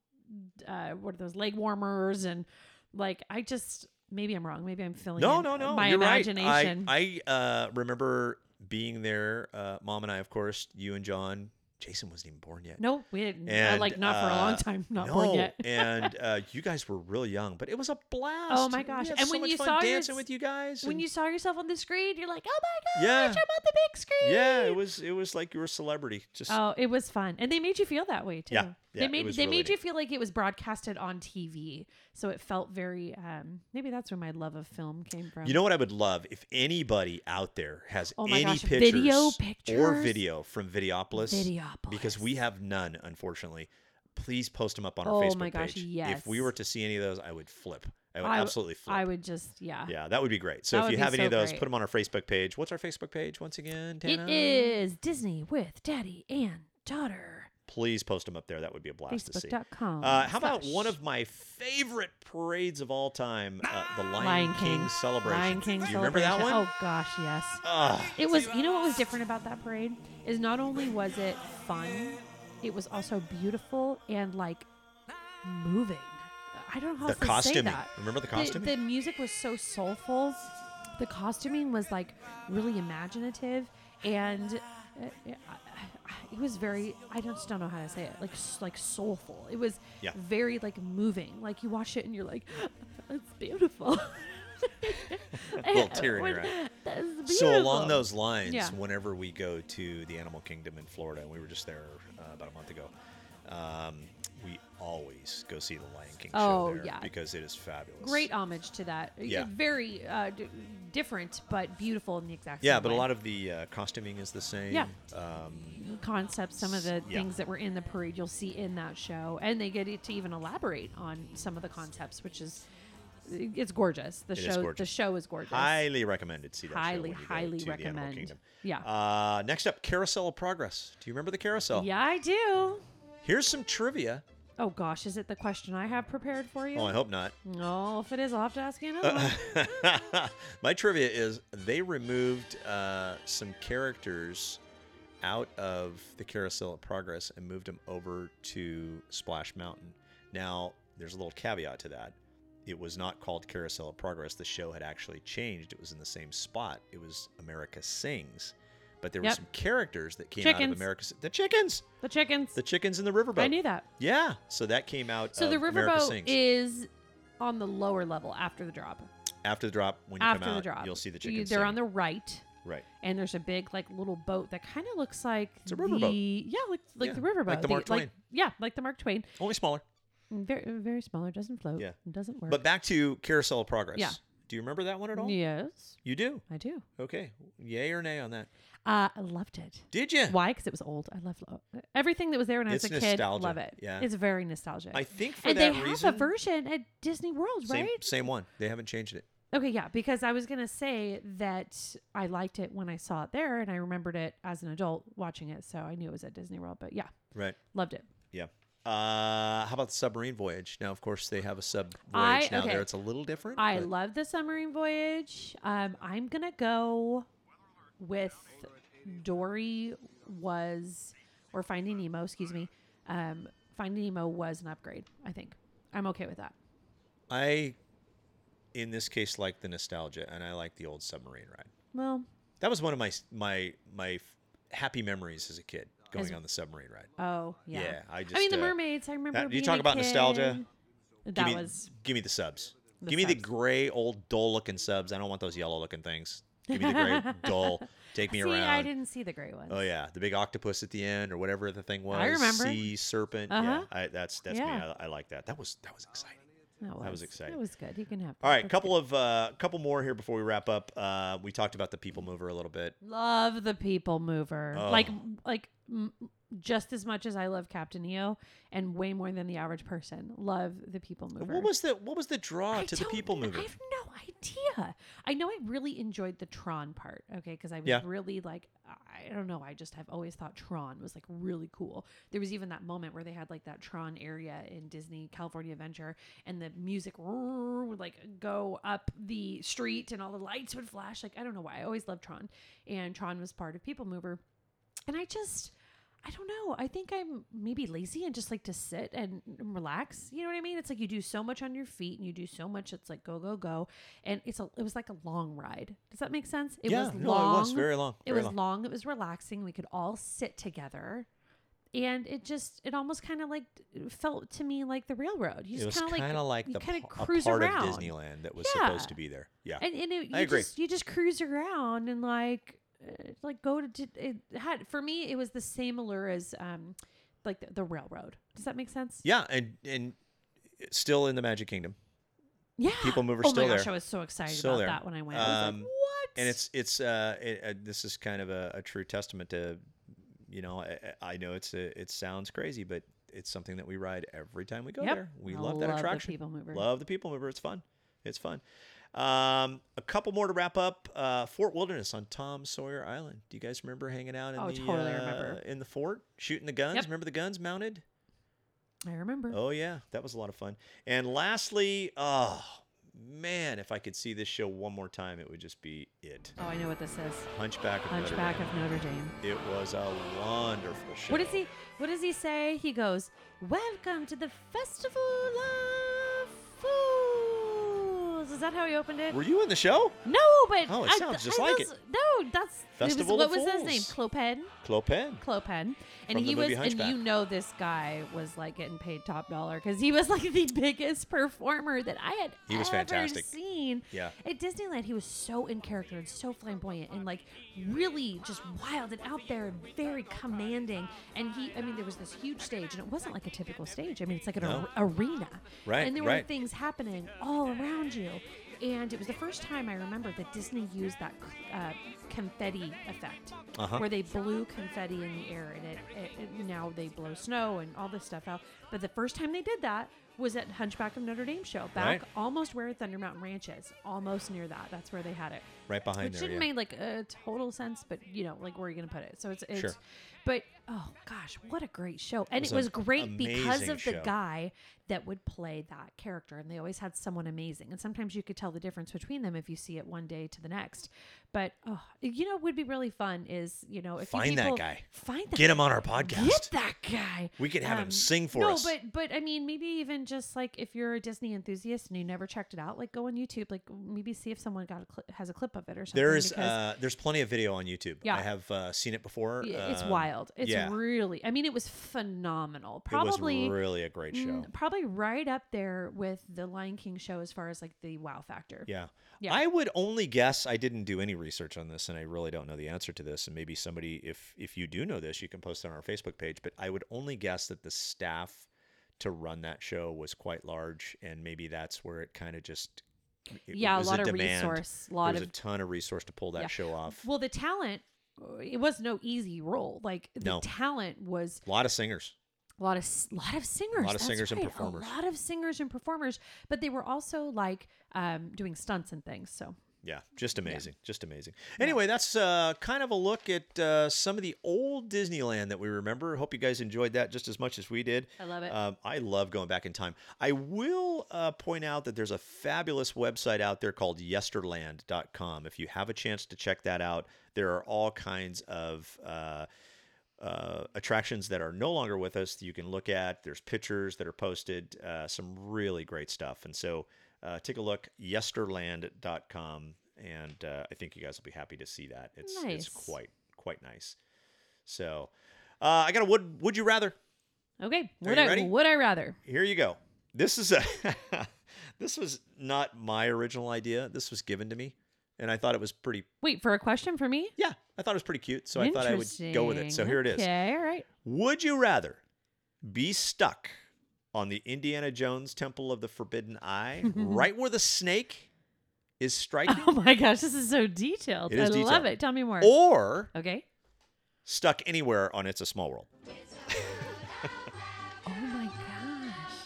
uh, what are those leg warmers and like I just maybe I'm wrong. Maybe I'm filling
No,
in
no, no.
my
You're
imagination.
Right. I, I uh, remember being there. Uh, Mom and I, of course, you and John. Jason wasn't even born yet.
no, we didn't. uh,
And,
like not for a long
uh,
time. Not
no.
born yet.
and uh, you guys were real young, but it was a blast.
Oh my gosh.
We had
And
so
when
much
you
fun
saw your
dancing
s-
with you guys.
when
and-
you saw yourself on the screen, you're like, oh my gosh,
Yeah.
I'm on the big screen.
yeah, it was it was like you were a celebrity. Just
Oh, it was fun, and they made you feel that way too.
Yeah, yeah,
they
it
made
was
they
really
made you
neat.
feel like it was broadcasted on TV, so it felt very. Um, maybe that's where my love of film came from.
You know what I would love if anybody out there has
Oh my
any
gosh,
pictures,
video
or
pictures?
video from Videopolis,
Videopolis.
because we have none, unfortunately. Please post them up on our
Oh
Facebook
my gosh,
page. If
yes.
we were to see any of those, I would flip. I would
I w-
absolutely flip.
I would just yeah.
Yeah, that would be great. So
That
if
would
you
be
have any
so
of those,
great.
put them on our Facebook page. What's our Facebook page once again?
It
Tana?
is Disney with Daddy and Daughter.
Please post them up there. That would be a blast to see.
Facebook.com
Uh, how about one
slash-
of my favorite parades of all time, uh, the Lion,
Lion
King,
King,
celebration?
Lion King.
Do you remember that one?
celebration. Oh gosh, yes.
Ugh.
It was. You know what was different about that parade is not only was it fun, it was also beautiful and like moving. I don't know how
The
else to say
costuming.
that.
Remember the
The,
costuming?
music was so soulful. The costuming was like really imaginative, and it, it, it was very. I just don't know how to say it. Like s- like soulful. It was
Yeah.
very like moving. Like you watch it and you're like, That's beautiful.
little tear in your
Oh, When-
eye.
That is beautiful.
So along those lines,
Yeah.
whenever we go to the Animal Kingdom in Florida, and we were just there uh, about a month ago, um, we always go see the Lion King
Oh,
show there
yeah.
because it is fabulous.
Great homage to that.
Yeah.
Very uh, d- different, but beautiful in the exact
Yeah,
same
but a
way.
lot of the uh, costuming is the same.
Yeah.
Um,
concepts, some of the
Yeah.
things that were in the parade you'll see in that show, and they get it to even elaborate on some of the concepts, which is it's gorgeous. The
It is
show, the
gorgeous.
show is gorgeous.
highly recommended. See that show when
Highly,
you go
highly
to the Animal
recommend.
Kingdom.
Yeah.
Uh, next up, Carousel of Progress. Do you remember the carousel?
yeah, I do.
Here's some trivia.
Oh gosh, is it the question I have prepared for you?
Oh, I hope not.
No, if it is, I'll have to ask you another
Uh,
one.
My trivia is they removed uh, some characters out of the Carousel of Progress and moved them over to Splash Mountain. Now, there's a little caveat to that. It was not called Carousel of Progress. The show had actually changed. It was in the same spot. It was America Sings. But there
Yep.
were some characters that came out
Chickens.
of America. Si- The chickens,
The chickens.
the chickens in the riverboat.
I knew that.
Yeah, so that came out.
So the
of America
riverboat
Sings.
is on the lower level after the drop.
after the drop. When you
after
come out,
the drop,
you'll see the
You-
chickens.
They're
sing.
on the right.
right.
and there's a big like little boat that kind of looks like
It's a riverboat.
the- Yeah, like like
Yeah,
the riverboat.
like the Mark Twain.
yeah, like the Mark Twain.
Only smaller.
Very very small. It doesn't float.
Yeah.
it doesn't work.
But back to Carousel of Progress.
Yeah.
Do you remember that one at all?
yes,
You do?
I do.
Okay. Yay or nay on that?
Uh, I loved it.
Did you?
Why? Because it was old. I loved everything that was there when I was
It's
a kid.
nostalgia.
Love it.
Yeah.
it's very nostalgic.
I think for
and
that
they
reason.
have a version at Disney World,
same,
right?
same one. They haven't changed it.
Okay, yeah, because I was gonna say that I liked it when I saw it there, and I remembered it as an adult watching it, so I knew it was at Disney World. But yeah,
Right.
loved it.
Yeah. Uh, how about the submarine voyage? Now, of course, they have a sub
I-
voyage now
okay.
there. It's a little different.
I
but
love the submarine voyage. Um, I'm gonna go with Dory was or Finding Nemo, excuse me. Um, Finding Nemo was an upgrade. I think I'm okay with that.
I, in this case, like the nostalgia, and I like the old submarine ride.
Well,
That was one of my s- my my f- happy memories as a kid going
As-
on the submarine ride.
oh yeah.
Yeah, I
I mean
just,
the
uh,
mermaids. I remember.
that- you
being
talk
a
about nostalgia.
kid.
Give
That
me,
was
give me the subs.
The
give me the
subs.
gray, old, dull looking subs. I don't want those yellow looking things. Give me the gray, dull. Take me
see.
around.
I didn't see the gray ones.
Oh yeah, the big octopus at the end, or whatever the thing was.
I remember.
Sea serpent.
Uh-huh.
Yeah, I, that's that's
Yeah.
me. I, I like that. That was that was exciting.
that was,
was exciting.
That was good. You can have.
All right,
That's
couple
good.
of uh, couple more here before we wrap up. Uh, we talked about the people mover a little bit.
Love the people mover.
Oh.
Like like m- just as much as I love Captain EO and way more than the average person. Love the people mover.
What was the what was the draw
I
to the
don't
people
kn-
mover?
I have no idea. I know I really enjoyed the Tron part, okay, because I was
Yeah.
really like I don't know, I just have always thought Tron was like really cool. There was even that moment where they had like that Tron area in Disney California Adventure and the music roar would like go up the street and all the lights would flash. Like I don't know why. I always loved Tron. And Tron was part of People Mover. And I just I don't know. I think I'm maybe lazy and just like to sit and relax. You know what I mean? It's like you do so much on your feet and you do so much. It's like go go go, and it's a. It was like a long ride. Does that make sense? It
Yeah,
was
no,
long.
it was very long,
It
very
was
long.
long. It was relaxing. We could all sit together, and it just it almost kind of like felt to me like the railroad. You
it was
just kind of
kinda like,
you
the
kind
p-
of cruise
a part
around.
of Disneyland that was
Yeah.
supposed to be there. Yeah,
And, and it, you
I agree.
Just, you just cruise around and like, uh, like go to. di- It had for me. It was the same allure as, um, like the, the railroad. Does that make sense?
yeah, and and it's still in the Magic Kingdom.
Yeah.
People mover
Oh
still
my
there.
gosh, I was so excited
Still
about
there.
that when I went. I was
Um,
like, what?
and it's it's uh, it, uh this is kind of a, a true testament to you know I, I know it's a, it sounds crazy but it's something that we ride every time we go
Yep.
there we
I
love that
love the
attraction
People Mover.
love the people mover it's fun it's fun um a couple more to wrap up uh fort wilderness on tom sawyer island do you guys remember hanging out in
Oh,
the
totally
uh,
remember.
in the fort shooting the guns
Yep.
remember the guns mounted
I remember.
Oh yeah, that was a lot of fun. And lastly, oh man, if I could see this show one more time, it would just be it.
Oh, I know what this is.
Hunchback of
Hunchback
Notre
of Notre Dame.
Dame. It was a wonderful show.
What does he? What does he say? He goes, "Welcome to the festival of fools." Is that how he opened it?
Were you in the show?
no, but
Oh, it
I-
sounds
I
just like
was-
it.
No, that's it was-
Festival
what
of
was his name?
Fools.
Clopin.
Clopin.
Clopin, and
From the
he was,
movie
and you
Hunchback.
know, this guy was like getting paid top dollar because he was like the biggest performer that I had
He was
ever
fantastic.
seen.
Yeah.
at Disneyland, he was so in character and so flamboyant and like really just wild and out there and very commanding. And he, I mean, there was this huge stage, and it wasn't like a typical stage. I mean, it's like an
No.
ar- arena,
Right,
And there were
right.
things happening all around you. And it was the first time I remember that Disney used that uh, confetti effect,
Uh-huh.
where they blew confetti in the air, and it, it, it- now they blow snow and all this stuff out. But the first time they did that was at Hunchback of Notre Dame show, back
Right.
almost where Thunder Mountain Ranch is, almost near that. That's where they had it.
Right behind
Which
there,
didn't
yeah.
make like a total sense, but you know, like where are you going to put it? So it's, it's
Sure.
but oh gosh, what a great show! And
was
it was
an
great because
amazing
of the
show.
guy that would play that character, and they always had someone amazing. And sometimes you could tell the difference between them if you see it one day to the next. But oh, you know, what would be really fun is you know if you
Find that
people,
guy.
find that
Get him on our podcast.
Get that guy. Um,
We could have him sing for
no,
us.
but but I mean, maybe even just like if you're a Disney enthusiast and you never checked it out, like go on YouTube, like maybe see if someone got a cli has a clip of it or something.
There's
because-
uh, there's plenty of video on YouTube.
Yeah.
I have uh, seen it before.
Yeah, it's
Um,
wild. It's
yeah.
really. I mean, it was phenomenal.
it
Probably.
was really a great show.
mm, Probably right up there with the Lion King show as far as like the wow factor.
Yeah.
Yeah.
I would only guess I didn't do any research on this and I really don't know the answer to this and maybe somebody if if you do know this you can post it on our Facebook page but I would only guess that the staff to run that show was quite large and maybe that's where it kind of just it- it
Yeah, a
was
lot of
demand.
resource, lot
there was
of-
a ton of resource to pull that
Yeah.
show off.
Well, the talent, uh, it was no easy role. Like the
No.
talent was
a lot of singers.
a lot of s- lot of singers,
lot of
that's
singers and
right,
performers.
a lot of singers and performers. But they were also like um, doing stunts and things. So
Yeah, just amazing, just amazing. Anyway, that's uh, kind of a look at uh, some of the old Disneyland that we remember. Hope you guys enjoyed that just as much as we did.
I love it.
Um, I love going back in time. I will uh, point out that there's a fabulous website out there called yesterland.com. If you have a chance to check that out, there are all kinds of. Uh, uh, attractions that are no longer with us that you can look at. There's pictures that are posted, uh, some really great stuff. And so uh, take a look, yesterland.com. And uh, I think you guys will be happy to see that. It's,
Nice.
it's quite, quite nice. So uh, I got a would, would you rather?
okay, would
you
I
ready?
would I rather?
Here you go. This is a, this was not my original idea. This was given to me. And I thought it was pretty,
Wait for a question for me.
yeah, I thought it was pretty cute. So I thought I would go with it. So
Interesting.
here it is.
Okay, all right.
Would you rather be stuck on the Indiana Jones Temple of the Forbidden Eye, right where the snake is striking,
Oh my gosh, this is so detailed.
It is
I love
detailed.
it. Tell me more.
or
okay.
stuck anywhere on It's a Small World?
Oh my gosh.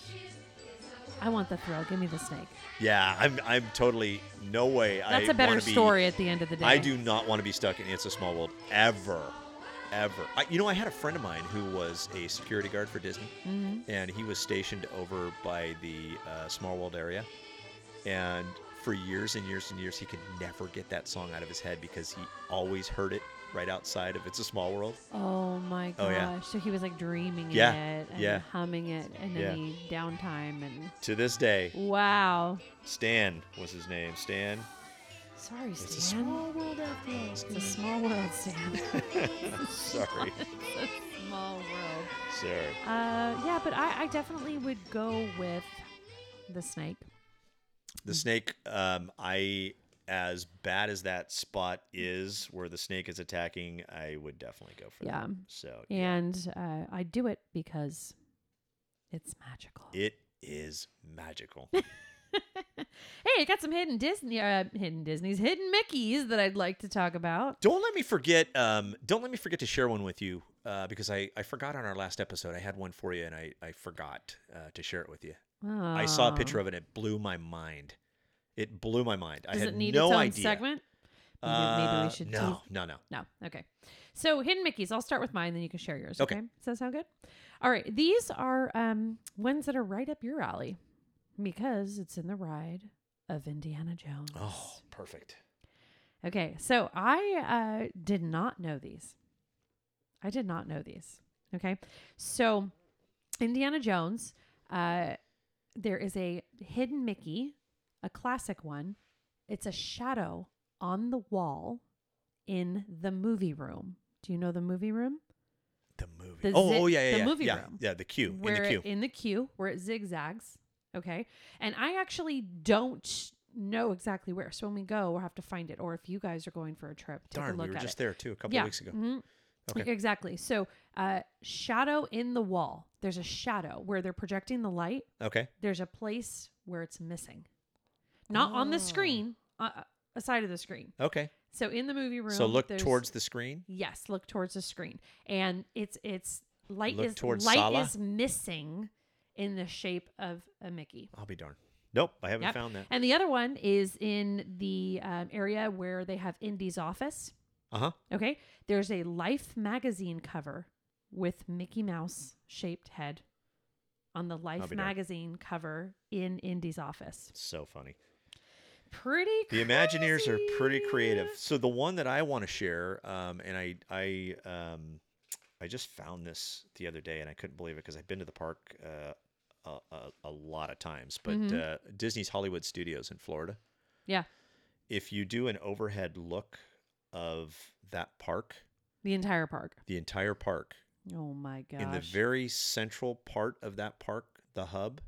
I want the thrill. Give me the snake.
Yeah, I'm, I'm totally no way.
That's
a
a better story at the end of the day.
I do not want to be stuck in It's a Small World ever. Ever. I, you know, I had a friend of mine who was a security guard for Disney, and he was stationed over by the uh, Small World area. And for years and years and years, he could never get that song out of his head because he always heard it right outside of It's a Small World.
Oh my gosh.
Oh, yeah.
So he was like dreaming
Yeah,
it and
yeah.
humming it in
Yeah.
any downtime and
To this day,
wow.
Stan was his name. Stan.
Sorry, Stan.
It's a small world after all.
It's a small world, Stan.
Sorry.
it's a small world.
Sorry.
Uh, yeah, but I, I definitely would go with the snake.
The
Hmm.
snake, um, I as bad as that spot is where the snake is attacking, I would definitely go for
Yeah.
that. So
And uh, I do it because it's magical.
it is magical.
Hey, I got some hidden Disney, uh, hidden Disney's, hidden Mickey's that I'd like to talk about.
don't let me forget. Um, don't let me forget to share one with you uh, because I, I forgot on our last episode. I had one for you and I I forgot uh, to share it with you. I saw a picture of it. and It blew my mind. It blew my mind. I
Does
had
it need
no
its own
idea.
segment? Maybe- maybe
Uh,
we should.
No,
tease-
no, no.
No. Okay. So hidden Mickey's. I'll start with mine, then you can share yours.
Okay.
Okay. Does that sound good? All right. These are um, ones that are right up your alley because it's in the ride of Indiana Jones.
Oh, perfect.
Okay, so I uh, did not know these. I did not know these. Okay, so Indiana Jones, uh, there is a hidden Mickey a classic one. It's a shadow on the wall in the movie room. Do you know the movie room?
The movie.
The
oh,
zi-
oh yeah, yeah,
the
yeah.
movie
yeah,
room.
yeah, the queue
where
in the
it-
queue.
in the queue where it zigzags. Okay. And I actually don't know exactly where. So when we go, we'll have to find it. Or if you guys are going for a trip, take a
Darn,
look
we were
at
just
it.
there too a couple
yeah.
of weeks ago.
mhm.
Okay.
Exactly. So uh shadow in the wall. There's a shadow where they're projecting the light.
Okay.
There's a place where it's missing. Not on
Oh.
the screen, uh, uh, a side of the screen.
Okay.
So in the movie room.
So look
there's-
towards the screen.
Yes, look towards the screen, and it's it's light
Look
is
towards
light
Sala?
is missing in the shape of a Mickey.
I'll be darned. Nope, I haven't
Yep.
found that.
And the other one is in the um, area where they have Indy's office.
Uh huh.
Okay, there's a Life magazine cover with Mickey Mouse shaped head on the Life
be darned.
magazine cover in Indy's office.
So funny.
Pretty.
The Imagineers are pretty
crazy.
creative. So the one that I want to share, um, and I I um, I just found this the other day, and I couldn't believe it because I've been to the park uh, a, a, a lot of times. But uh,
Mm-hmm.
Disney's Hollywood Studios in Florida.
Yeah,
If you do an overhead look of that park,
the entire park.
the entire park,
Oh my gosh.
in the very central part of that park, the hub,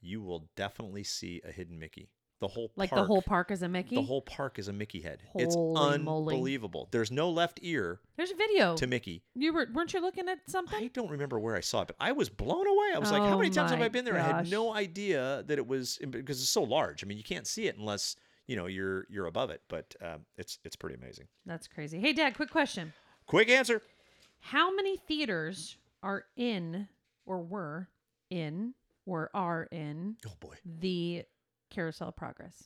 you will definitely see a hidden Mickey. The whole
like
park,
the whole park is a Mickey.
The whole park is a Mickey head. it's
Holy moly. Oh.
unbelievable. There's no left ear
There's a video.
to Mickey.
You were weren't you looking at something?
I don't remember where I saw it, but I was blown away. I was like, how
Oh
many times have
my
I been there? I had
gosh.
no idea that it was because it's so large. I mean, you can't see it unless, you know, you're you're above it, but um, it's it's pretty amazing.
That's crazy. Hey, Dad, quick question:
Quick answer.
How many theaters are in, or were in, or are in
Oh boy.
the Carousel of Progress?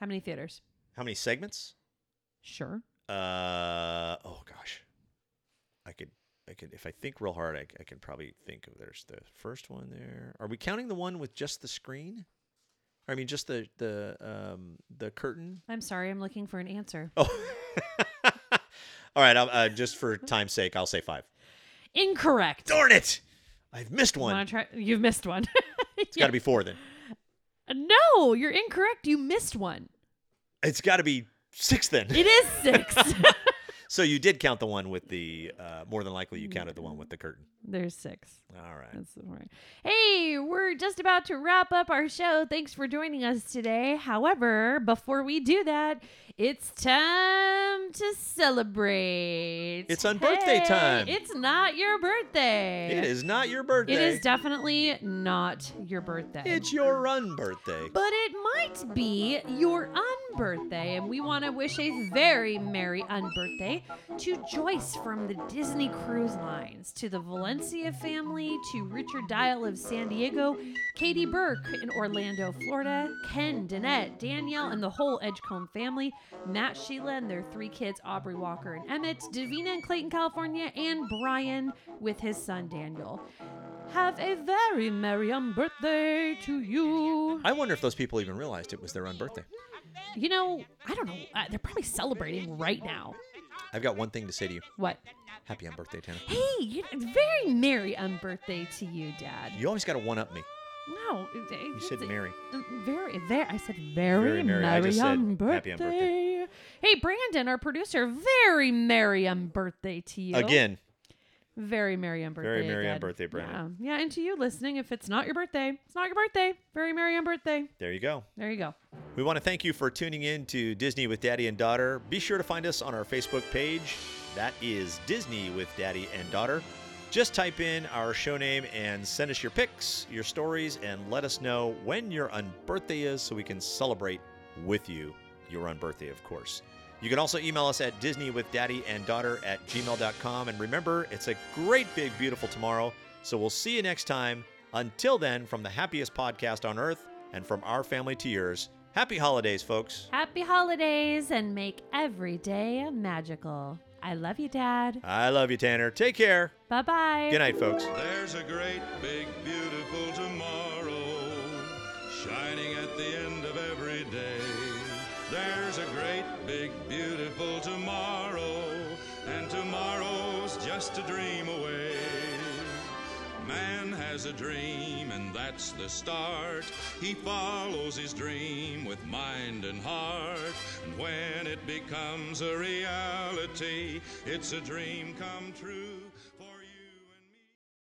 How many theaters?
How many segments?
Sure.
Uh oh gosh. I could I could if I think real hard, I, I could probably think of there's the first one there. Are we counting the one with just the screen? I mean just the the um the curtain?
I'm sorry. I'm looking for an answer.
Oh. All right, I'll, uh, just for time's sake, I'll say 5.
Incorrect.
Darn it. I've missed one.
Wanna try? You've missed one.
It's got to be 4 then.
No, you're incorrect. You missed one.
It's got to be 6 then.
It is six.
so you did count the one with the uh more than likely you counted the one with the curtain.
There's six.
All right.
That's all right. Hey, we're just about to wrap up our show. Thanks for joining us today. However, before we do that, it's time to celebrate.
It's on birthday
Hey,
time.
It's not your birthday.
It is not your birthday.
It is definitely not your birthday.
It's your run birthday.
but it might be your unbirthday, and we want to wish a very merry unbirthday to Joyce from the Disney Cruise Lines, to the Valencia family, to Richard Dial of San Diego, Katie Burke in Orlando, Florida, Ken, Danette, Danielle, and the whole Edgecombe family, Matt, Sheila, and their three kids, Aubrey Walker and Emmett, Davina in Clayton, California, and Brian with his son Daniel. Have a very merry unbirthday to you.
I wonder if those people even realized it was their own birthday.
You know, I don't know. Uh, they're probably celebrating right now.
I've got one thing to say to you.
What?
Happy on birthday, Tanner.
Hey, you, very merry um birthday to you, Dad.
You always got to one up me.
No, it- it-
You said
it's- uh,
merry.
Very, very. I said very,
Very merry.
merry.
I just said
um,
happy
birthday.
um birthday.
Hey, Brandon, our producer. Very merry um birthday to you.
Again,
Very merry um birthday.
Very merry um
Dad.
birthday, Brandon.
Yeah. yeah, and to you listening, if it's not your birthday, it's not your birthday. Very merry um birthday.
there you go.
There you go.
We want to thank you for tuning in to Disney with Daddy and Daughter. Be sure to find us on our Facebook page. That is Disney with Daddy and Daughter. Just type in our show name and send us your pics, your stories, and let us know when your unbirthday is so we can celebrate with you your unbirthday, of course. You can also email us at Disney with Daddy and Daughter at gmail.com. And remember, it's a great, big, beautiful tomorrow. So we'll see you next time. Until then, from the happiest podcast on earth and from our family to yours, happy holidays, folks.
Happy holidays and make every day magical. I love you, Dad.
I love you, Tanner. Take care.
Bye bye.
Good night, folks.
There's a great, big, beautiful tomorrow shining at the end of every day. There's a great, big, beautiful tomorrow, and tomorrow's just a dream away. Man has has a dream, and that's the start. He follows his dream with mind and heart. And when it becomes a reality, it's a dream come true. for